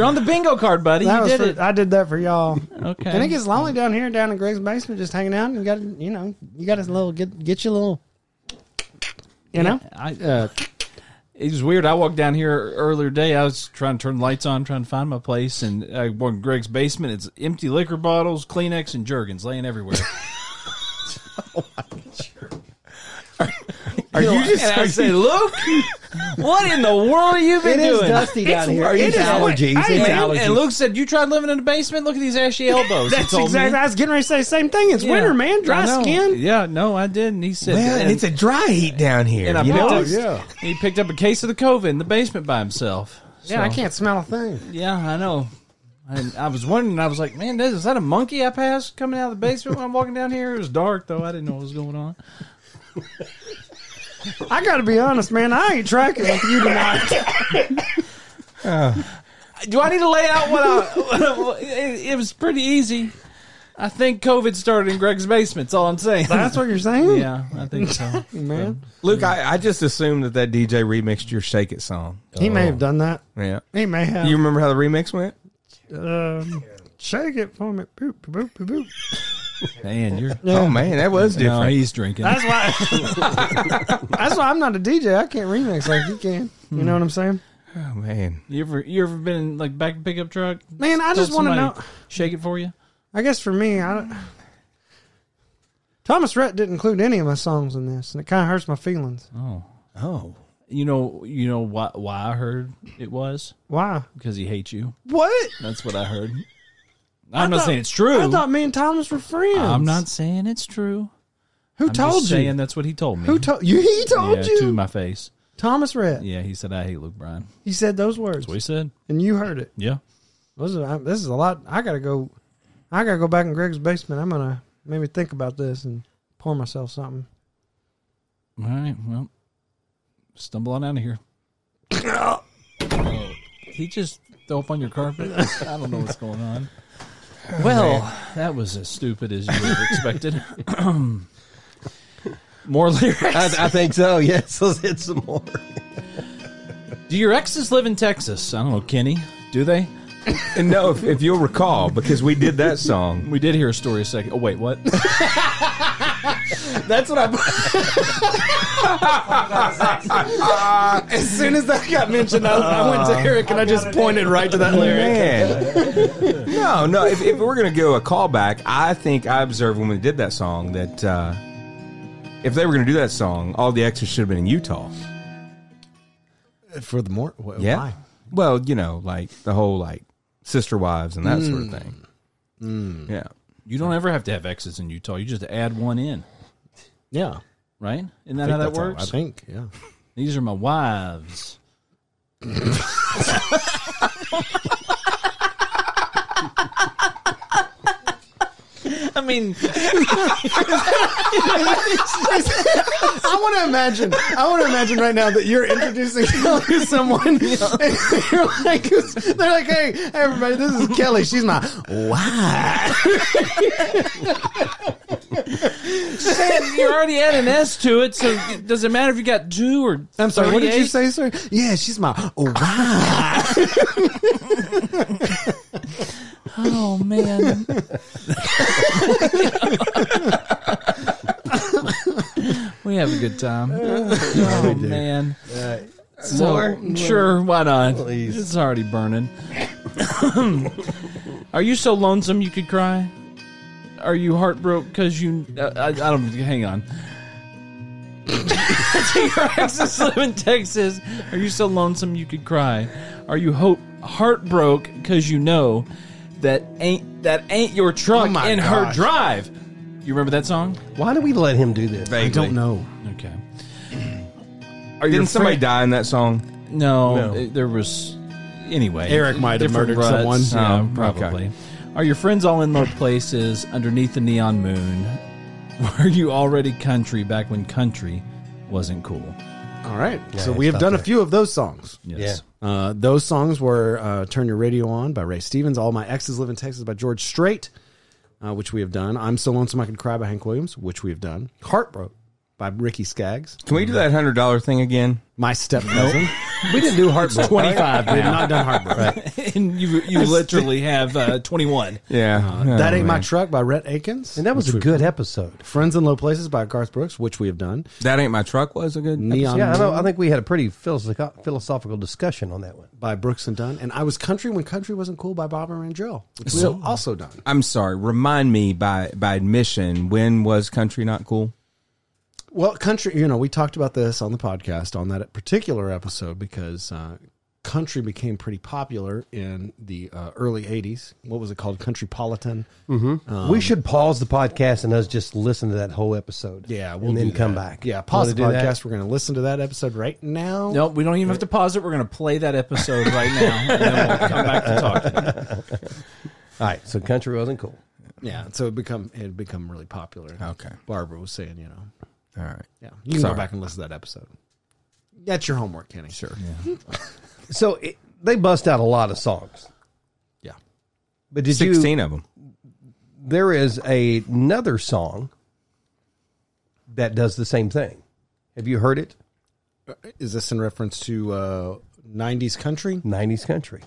on the bingo card, buddy.
That
you
was
did
for,
it.
I did that for y'all.
Okay.
And it gets lonely down here, down in Greg's basement, just hanging out. And you got, to you know, you got to little get get your little, you know.
I,
Uh,
It was weird. I walked down here earlier today. I was trying to turn the lights on, trying to find my place, and I walked in Greg's basement. It's empty liquor bottles, Kleenex, and Jergens laying everywhere.
Are you just
and I say, "Luke, what in the world have you been
It is
doing?"
dusty down here.
are you
It's
telling-
allergies.
Hey,
It's
man,
allergies.
and Luke said, "You tried living in the basement. Look at these ashy elbows."
That's exactly. I was getting ready to say the same thing. It's winter, man. Dry skin.
Yeah, no, I didn't. He said,
Man,
and,
it's a dry heat down here.
and I
you
picked
know?
up, he picked up a case of the COVID in the basement by himself.
Yeah, I can't smell a thing.
Yeah, I know. And I was wondering. I was like, "Man, is that a monkey I passed coming out of the basement when I'm walking down here?" It was dark though. I didn't know what was going on.
I got to be honest, man. I ain't tracking with you tonight.
Do I need to lay out what I? it, it was pretty easy. I think COVID started in Greg's basement. That's all I'm saying.
That's what you're saying,
yeah, I think so.
man.
Luke, I, I just assumed that that DJ remixed your Shake It song.
He may have done that.
Yeah.
He may have.
You remember how the remix went?
um, shake it for me. Boop, boop, boop, boop.
Man, you're
Oh man, that was different.
no, he's drinking.
That's why. that's why I'm not a DJ. I can't remix like you can. You know what I'm saying?
oh man.
You ever you ever been in, like back pickup truck?
Man, I just
Told
want to
somebody
know.
Shake it for you.
I guess for me, I don't- Thomas Rhett didn't include any of my songs in this, and it kind of hurts my feelings.
Oh,
Oh.
you know you know why why I heard it was
Why?
because he hates you.
What?
That's what I heard. I'm not
thought-
saying it's true.
I thought me and Thomas were friends.
I'm not saying it's true.
Who
I'm
told
just
you?
saying that's what he told me.
Who told you? He told
yeah,
you.
to my face.
Thomas Rhett.
Yeah, he said I hate Luke Bryan.
He said those words,
That's what he said.
and you heard it.
Yeah.
This is, I, this is a lot. I gotta go. I gotta go back in Greg's basement. I'm gonna maybe think about this and pour myself something.
All right. Well, stumble on out of here. he just throw up on your carpet? I don't know what's going on. Well, that was as stupid as you would have expected. More lyrics.
I, I think so. Yes, let's hit some more.
Do your exes live in Texas? I don't know, Kenny. Do they?
And no, if, if you'll recall, because we did that song.
We did hear a story a second. Oh wait, what?
That's what I. as soon as that got mentioned, I, I went to Eric and I just pointed right to that lyric.
Man. No, no. If, if we're going to go a callback, I think I observed when we did that song that uh, if they were going to do that song, all the exes should have been in Utah.
Oh, For the more, wh-
Yeah.
why?
Well, you know, like the whole like sister wives and that sort of
Mm.
thing. Yeah.
You don't ever have to have exes in Utah. You just add one in,
Yeah,
right? Isn't
I
that
think
how that
that's how
works?
I think. Yeah,
These are my wives.
I mean,
I want to imagine. I want to imagine right now that you're introducing Kelly to someone. And you're like, they're like, hey, hey, everybody, this is Kelly. She's my why.
you're already adding S to it, so it doesn't matter if you got two or
I'm sorry. What did
38.
you say, sir? Yeah, she's my why.
Oh man. we have a good time. Oh man. So, Sure, why not? It's already burning. Are you so lonesome you could cry? Are you heartbroken because you? Uh, I, I don't. Hang on. Do your exes live in Texas? Are you so lonesome you could cry? Are you hope heartbroken because you know that ain't that ain't your truck
Oh my
in her
gosh.
drive? You remember that song?
Why do we let him do this?
I don't know.
Okay.
Didn't
your
somebody
friend-
die in that song?
No,
No.
it- there was. Anyway,
Eric might have
different
murdered someone.
Yeah,
Oh,
probably. Are your friends all in low places underneath the neon moon? Were you already country back when country wasn't cool?
All right. so
yeah,
we have
stop
done a
there.
few of those songs.
Yes.
Uh, those songs were uh, "Turn Your Radio On" by Ray Stevens, "All My Exes Live in Texas" by George Strait, uh, which we have done. "I'm So Lonesome I Could Cry" by Hank Williams, which we have done. "Heartbroke" by Ricky Skaggs.
Can we do that hundred dollar thing again?
My step cousin.
We didn't do heartbreak.
Twenty five. We have not done heartbroke.
and you you literally have uh, twenty one.
Yeah.
That
Oh,
ain't my
truck.
truck by Rhett Aikens.
And that was a good episode.
Friends in Low Places by Garth Brooks, which we have done.
that ain't my truck was a good.
Neon
Yeah, I, know,
Moon
I think we had a pretty philosoph- philosophical discussion on that one.
by Brooks and Dunn, and I was Country when Country wasn't cool by Bob and Rangel, which we have also done.
I'm sorry. Remind me by by admission when was country not cool?
Well, country, you know, we talked about this on the podcast on that particular episode because uh, country became pretty popular in the uh, early '80s. What was it called? Countrypolitan. Um,
we should pause the podcast and us just listen to that whole episode.
Yeah, we'll
and then
do
come
that.
back.
Yeah, pause
Wanna
the
do that?
podcast. We're going to listen to that episode right now.
Nope, we don't even have to pause it. We're going to play that episode right now, and then we'll come back to talk.
All right. So country wasn't cool.
Yeah, so it become it had become really popular.
Okay.
Barbara was saying, you know,
All right.
yeah, you can
Sorry.
go back and listen to that episode. That's your homework, Kenny. Sure. Yeah.
So it, they bust out a lot of songs.
yeah.
But did you?
Sixteen of 'em. of them.
There is a, another song that does the same thing. Have you heard it?
Is this in reference to uh, '90s country?
'90s country.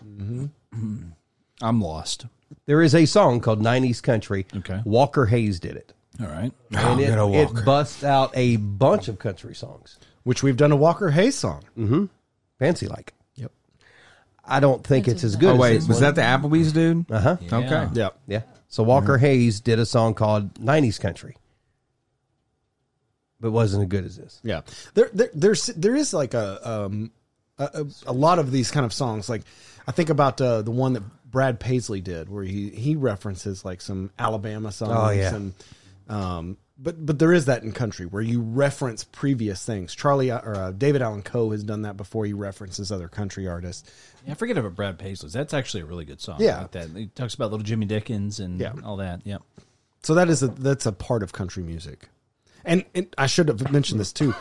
I'm lost.
There is a song called "90s Country."
Okay.
Walker Hayes did it,
All right.
Oh,
Um,
and it,
gonna
it
Walker.
busts out a bunch of country songs.
Which we've done a Walker Hayes song.
Fancy like.
Yep.
I don't think it's as good.
Oh
as
wait,
this
was
one.
that the Applebee's dude? Uh huh.
Yeah.
Okay.
Yep.
Yeah. So Walker
Mm-hmm.
Hayes did a song called "90s Country," but wasn't as good as this.
Yeah, there, there, there's, there is like a, um, a, a a lot of these kind of songs. Like, I think about uh, the one that Brad Paisley did, where he he references like some Alabama songs.
Oh, yeah.
And, um, but but there is that in country where you reference previous things. Charlie or uh, David Allen Coe has done that before. He references other country artists.
Yeah, I forget about Brad Paisley's. That's actually a really good song. I
Yeah.
like that. He talks about little Jimmy Dickens and
Yeah.
all that. Yep.
So that is a, that's a part of country music, and, and I should have mentioned this too.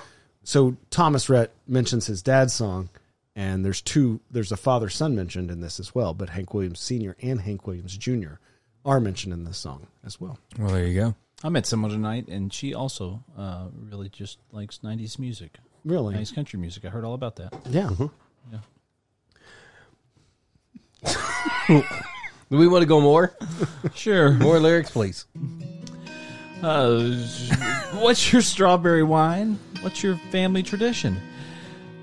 So Thomas Rhett mentions his dad's song,
and there's two. There's a father son mentioned in this as well, but Hank Williams Sr. and Hank Williams Jr. are mentioned in this song as well.
Well, there you go.
I met someone tonight, and she also uh, really just likes '90s music,
Really?
'90s country music. I heard all about that.
Yeah. Mm-hmm.
Do we want to go more?
Sure.
More lyrics, please.
Uh, what's your strawberry wine? What's your family tradition?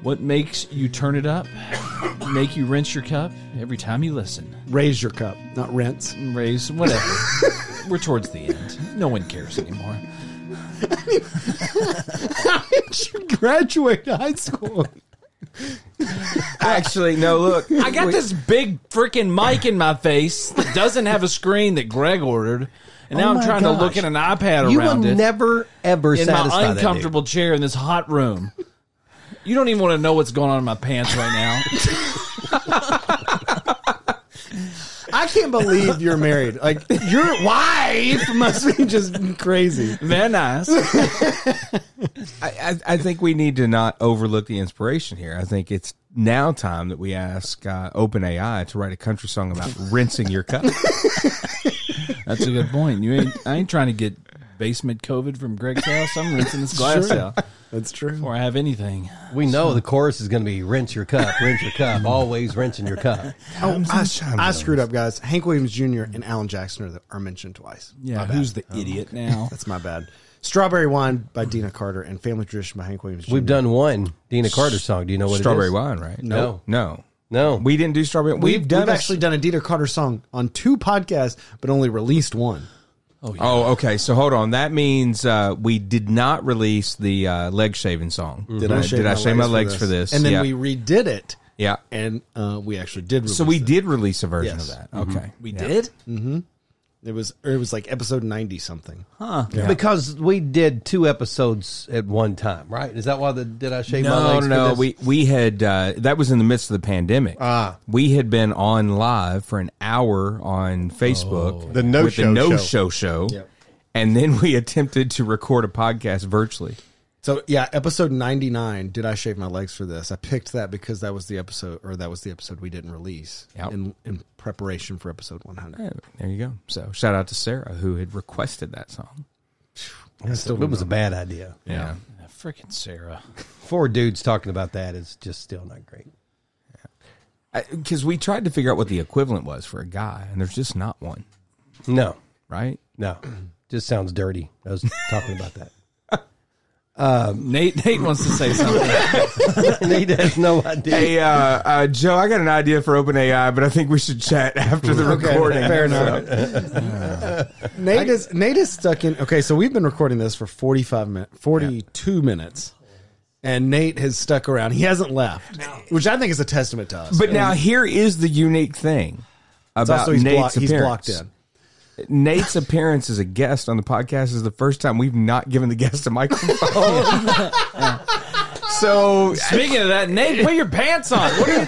What makes you turn it up? Make you rinse your cup every time you listen.
Raise your cup, not rinse.
And Raise whatever. We're towards the end. No one cares anymore.
Graduate high school.
Actually, no. Look,
I got this big freaking mic in my face that doesn't have a screen that Greg ordered, and now
Oh
I'm
my
trying to look
gosh.
at an iPad
You will
around it
never ever
in
satisfy
my
that dude.
uncomfortable chair in this hot room. You don't even want to know what's going on in my pants right now.
I can't believe you're married. Like your wife must be just crazy.
Very nice.
I, I, I think we need to not overlook the inspiration here. I think it's now time that we ask uh, OpenAI to write a country song about rinsing your cup.
That's a good point. You ain't I ain't trying to get basement COVID from Greg's house. I'm rinsing this glass
Sure.
out
That's true.
before I have anything.
We know the chorus is going to be rinse your cup, rinse your cup, always rinsing your cup.
Oh, I, I screwed up, guys. Hank Williams Jr. and Alan Jackson are, the, are mentioned twice.
Yeah, oh who's the idiot now?
That's my bad. Strawberry Wine by Dina Carter and Family Tradition by Hank Williams Jr.
We've done one Dina Carter song. Do you know what
strawberry
it is?
wine, right?
No.
no,
No.
We didn't do strawberry. We've,
We've,
done
we've
a-
actually done a Dina Carter song on two podcasts, but only released one.
Oh, okay. So hold on. That means uh, we did not release the uh, leg shaving song. Did I, did I shave my legs for this?
And then
yeah.
we redid it,
yeah.
and uh, we actually did. Release
So we
it.
did release a version
Yes.
of that. Okay.
We did?
It was or it was like episode ninety something.
Because we did two episodes at one time, right? Is that why the did I shave my
No,
legs?
no,
for
no.
this?
We we had uh, that was in the midst of the pandemic.
Ah.
we had been on live for an hour on Facebook.
The no
with the
show
no
show.
show show, and then we attempted to record a podcast virtually.
So yeah, episode ninety nine. Did I shave my legs for this? I picked that because that was the episode, or that was the episode we didn't release
Yep.
in in preparation for episode one hundred.
Yeah, There you go. So shout out to Sarah who had requested that song.
it was a bad idea.
Yeah.
Freaking Sarah.
Four dudes talking about that is just still not great.
Because we tried to figure out what the equivalent was for a guy, and there's just not one,
No,
right?
no, just sounds dirty. I was talking about that.
Nate Nate wants to say something.
Nate has no idea.
Hey, uh, uh, Joe, I got an idea for OpenAI, but I think we should chat after the recording.
fair
So-
Nate is Nate is stuck in. Okay, so we've been recording this for forty five minutes, forty two minutes, and Nate has stuck around. He hasn't left, which I think is a testament to us.
But now here is the unique thing
It's
about
also he's,
Nate's
blocked, he's
appearance.
blocked in.
Nate's appearance as a guest on the podcast is the first time we've not given the guest a microphone. so
Speaking of that, Nate, put your pants on. What are you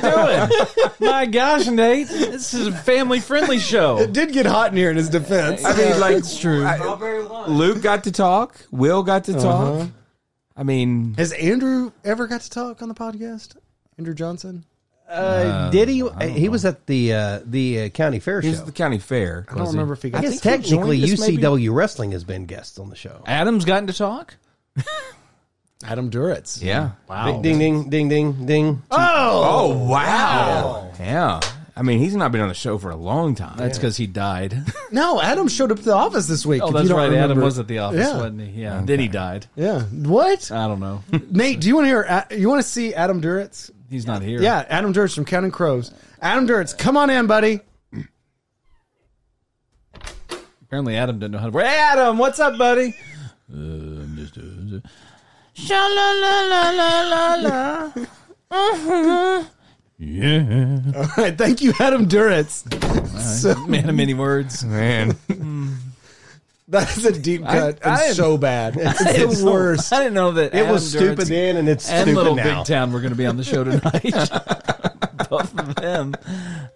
doing? My gosh, Nate. This is a family friendly show.
Did get hot in here in his defense.
I mean, like true. Uh-huh. Luke got to talk. Will got to talk. I mean,
Has Andrew ever got to talk on the podcast? Andrew Johnson.
Uh, did he? He was at the uh, the uh, county fair
here's
show.
the county fair.
I don't remember if he
I
got.
guess
to
technically
joined us, maybe?
UCW wrestling has been guests on the show.
Adam's gotten to talk?
Adam Duritz.
Yeah.
Wow.
Ding ding ding ding ding.
Oh wow. Yeah. I mean, he's not been on the show for a long time.
That's because he died.
No, Adam showed up to the office this week.
Oh,
if
that's
you don't
right. Adam
remember.
was at the office,
Yeah.
wasn't he? Yeah. Then he died.
Yeah. What?
I don't know.
Nate, do you want to hear? uh, You want to see Adam Duritz?
He's not here.
Yeah, Adam Duritz from Counting Crows. Adam Duritz, come on in, buddy.
Apparently, Adam didn't know how to. Hey, Adam, what's up, buddy?
All right, thank you, Adam Duritz.
Man of many words.
Man.
That is a deep cut
I
and
didn't-
so bad. It's the worst.
I didn't know that.
It was
Adam Duritz
stupid then, and it's
And
stupid
Little
now.
Big Town were going to be on the show tonight. Both of them.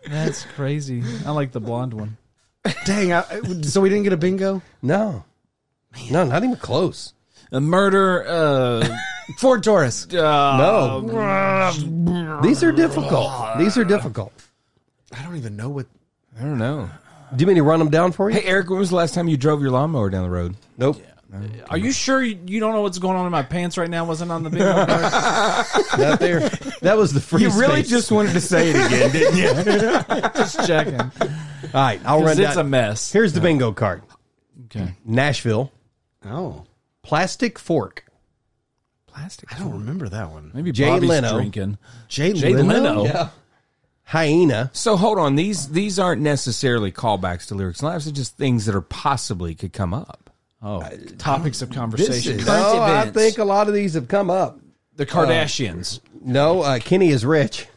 That's crazy. I like the blonde one.
Dang. I, so we didn't get a bingo.
No, no, not even close.
A murder. Uh,
Ford Taurus.
No. Um, These are difficult. These are difficult.
I don't even know what.
I don't know.
Do you mean to run them down for you?
Hey, Eric, when was the last time you drove your lawnmower down the road?
Nope.
Are you sure you you don't know what's going on in my pants right now? Wasn't on the video.
Not there. That was the free
You really
space.
just wanted to say it again, didn't you?
Just checking.
All right, I'll run
It's
down.
a mess.
Here's the bingo card.
Okay.
Nashville,
Oh,
plastic fork.
Plastic.
I don't remember that one.
Maybe
Jay
Bobby's
Leno.
drinking.
Jay,
Jay
Leno?
Leno.
Hyena.
So hold on. These these aren't necessarily callbacks to lyrics and lives. They're just things that are possibly could come up.
Oh, topics of conversation. Current
is- Oh.
No, I
events.
think a lot of these have come up.
the Kardashians.
No, uh, Kenny is rich.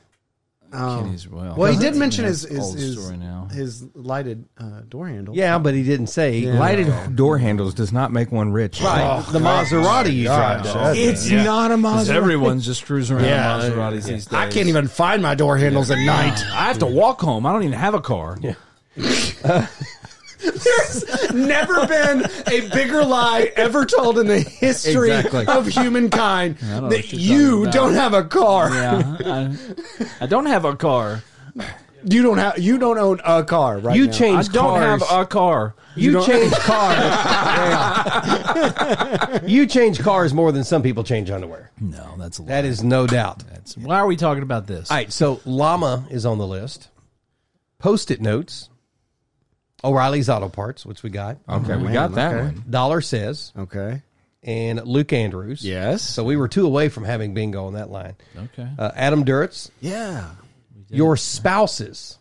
Jeez, well,
Well, he did mention his his
old
his,
story now.
his lighted uh, door handle.
Yeah, but he didn't say
Lighted door handles does not make one rich.
Right, the Maserati you drive.
Oh,
It's not a
Because
Maserati.
everyone's just cruising around
Yeah.
Maseratis these days.
I can't even find my door handles at night.
I have to walk home. I don't even have a car.
There's never been a bigger lie ever told in the history
Exactly.
of humankind
know
that
what you're talking
you
about.
don't have a car.
Yeah, I, I don't have a car.
You don't have. You don't own a car, right?
You
now.
I
change
don't
cars.
have a car.
you change cars. Yeah. You change cars more than some people change underwear.
No, that's a lie.
That is no doubt.
That's- Why are we talking about this?
All right, so llama is on the list. Post-it notes. O'Reilly's Auto Parts, which we got.
Uh-huh.
Okay, we got that one.
Dollar says
Okay.
and Luke Andrews.
Yes.
So we were two away from having bingo on that line.
okay.
Uh, Adam Duritz,
Yeah.
your spouses.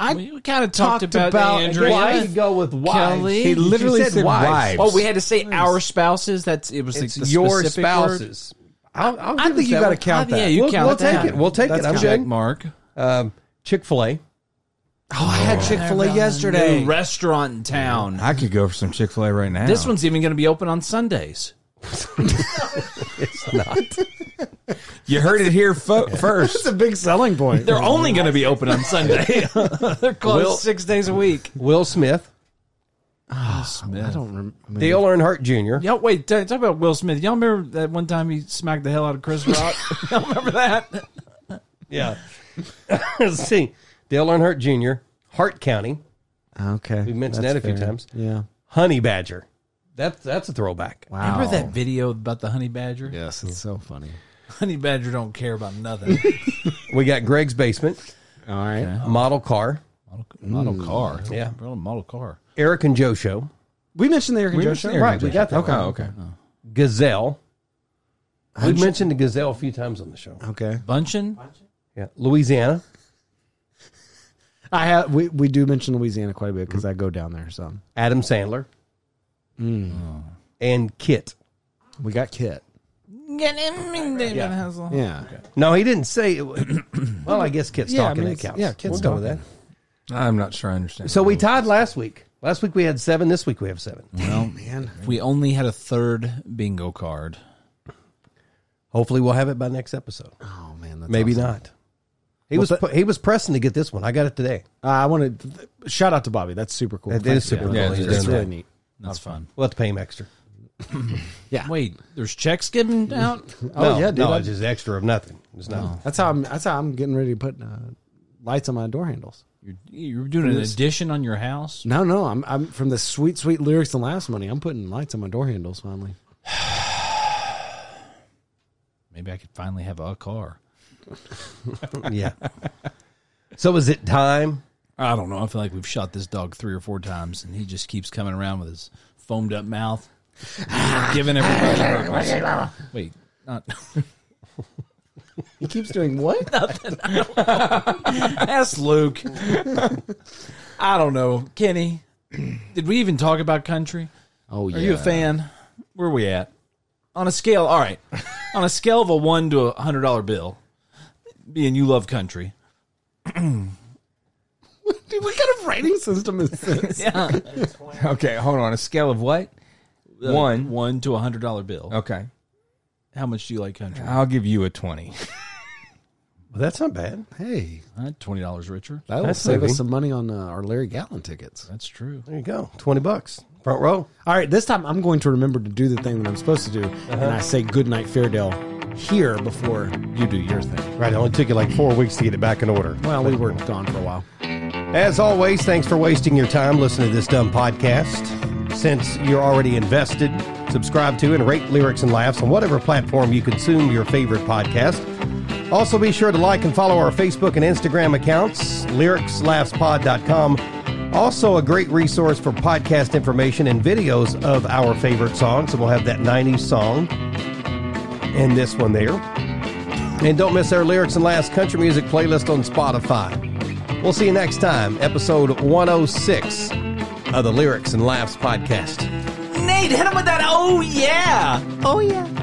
I we kind of talked, about, Andrea.
why you go with wives.
Kelly?
He literally said, wives.
Oh, we had to say our spouses. That's it was like
It's
the
your
specific word?
spouses. I'll, I'll
I
give
think
us
you
that
got
one.
to count
Oh, yeah,
that.
you
We'll,
count
we'll
that.
take it. We'll take it. I'm
Check
good.
mark.
Um, Chick Fil A.
Oh, I had Chick Fil A yesterday.
New restaurant in town.
I could go for some Chick Fil A right now.
This one's even going to be open on Sundays.
you heard it here fo- first.
It's a big selling point.
They're only going to be open on Sunday. They're closed six days a week.
Will Smith.
I don't remember.
Dale Earnhardt Jr.
Y'all wait, t- talk about Will Smith. Y'all remember that one time he smacked the hell out of Chris Rock? Y'all remember that?
Yeah. Let's see. Dale Earnhardt Jr. Hart County.
Okay. We
mentioned that a few times.
Yeah.
Honey Badger. That's that's a throwback.
Wow.
Remember that video about the honey badger?
Yes, it's so funny.
Honey badger don't care about nothing.
We got Greg's Basement.
All right.
Model Car.
model car.
Yeah.
Real model car.
Eric and Joe Show.
We mentioned the Eric and Joe
mentioned
show.
Eric and
Right, we
Joe
got
show.
that one.
Oh, okay.
Gazelle. We mentioned the Gazelle a few times on the show.
Oh.
Okay.
Bunchin?
Yeah. Louisiana.
I have. We, we do mention Louisiana quite a bit because I go down there. So
Adam Sandler. And Kit.
we got Kit.
Get him in David Hasselhoff.
Yeah.
No, he didn't say. Well, I guess Kit's
Yeah, I
talking.
mean,
that
it's-
counts.
yeah, Kit's
we'll go with that.
talking.
I'm not sure I understand.
So we tied last week. Last week we had seven. This week we have seven.
Man.
We only had a third bingo card.
Hopefully we'll have it by next episode.
Oh man. That's
Maybe
awesome.
not. He was pu- he was pressing to get this one. I got it today.
Uh, I want to th- shout out to Bobby. That's super cool.
That
Thank
is
you.
super
Yeah,
cool. He's
it's
doing
That's really
that.
neat.
That's fun.
We'll have to pay him extra.
Wait, there's checks given out?
Oh
no,
yeah, dude.
no,
I-
it's just extra of nothing. It's not.
that's how I'm. That's how I'm getting ready to put uh, lights on my door handles.
You're, you're doing an addition on your house?
No, no. I'm. I'm from the sweet, sweet lyrics and last money. I'm putting lights on my door handles finally.
Maybe I could finally have a car.
Yeah. so is it time?
I don't know. I feel like we've shot this dog three or four times, and he just keeps coming around with his foamed up mouth, giving everybody. Ruggles. Wait, not
He keeps doing what?
that's Luke. I don't know, Kenny. Did we even talk about country?
Oh yeah.
Are you a fan? Where are we at? On a scale, all right. On a scale of a one to a hundred dollar bill, being you love country.
Dude, what kind of rating system is this?
Yeah.
okay, hold on. A scale of what? One.
One Uh, to a hundred dollar bill.
Okay,
How much do you like country?
I'll give you a twenty.
Well, that's not bad.
hey,
Uh, Twenty dollars richer.
that will
That's
save
moving.
us some money on uh, our Larry Gallon tickets.
That's true.
There you go. Twenty bucks. Front row.
All right, this time I'm going to remember to do the thing that I'm supposed to do, and I say goodnight, Fairdale, here before you do your thing.
Right. It only took you like four weeks to get it back in order.
Well, we were gone for a while.
As always, thanks for wasting your time listening to this dumb podcast. Since you're already invested, subscribe to and rate Lyrics and Laughs on whatever platform you consume your favorite podcast. Also, be sure to like and follow our Facebook and Instagram accounts, lyricslaughspod.com. Also, a great resource for podcast information and videos of our favorite songs. And we'll have that 90s song and this one there. And don't miss our Lyrics and Laughs country music playlist on Spotify. We'll see you next time, episode 106 of the Lyrics and Laughs podcast.
Nate, hit him with that. Oh, yeah. Oh, yeah.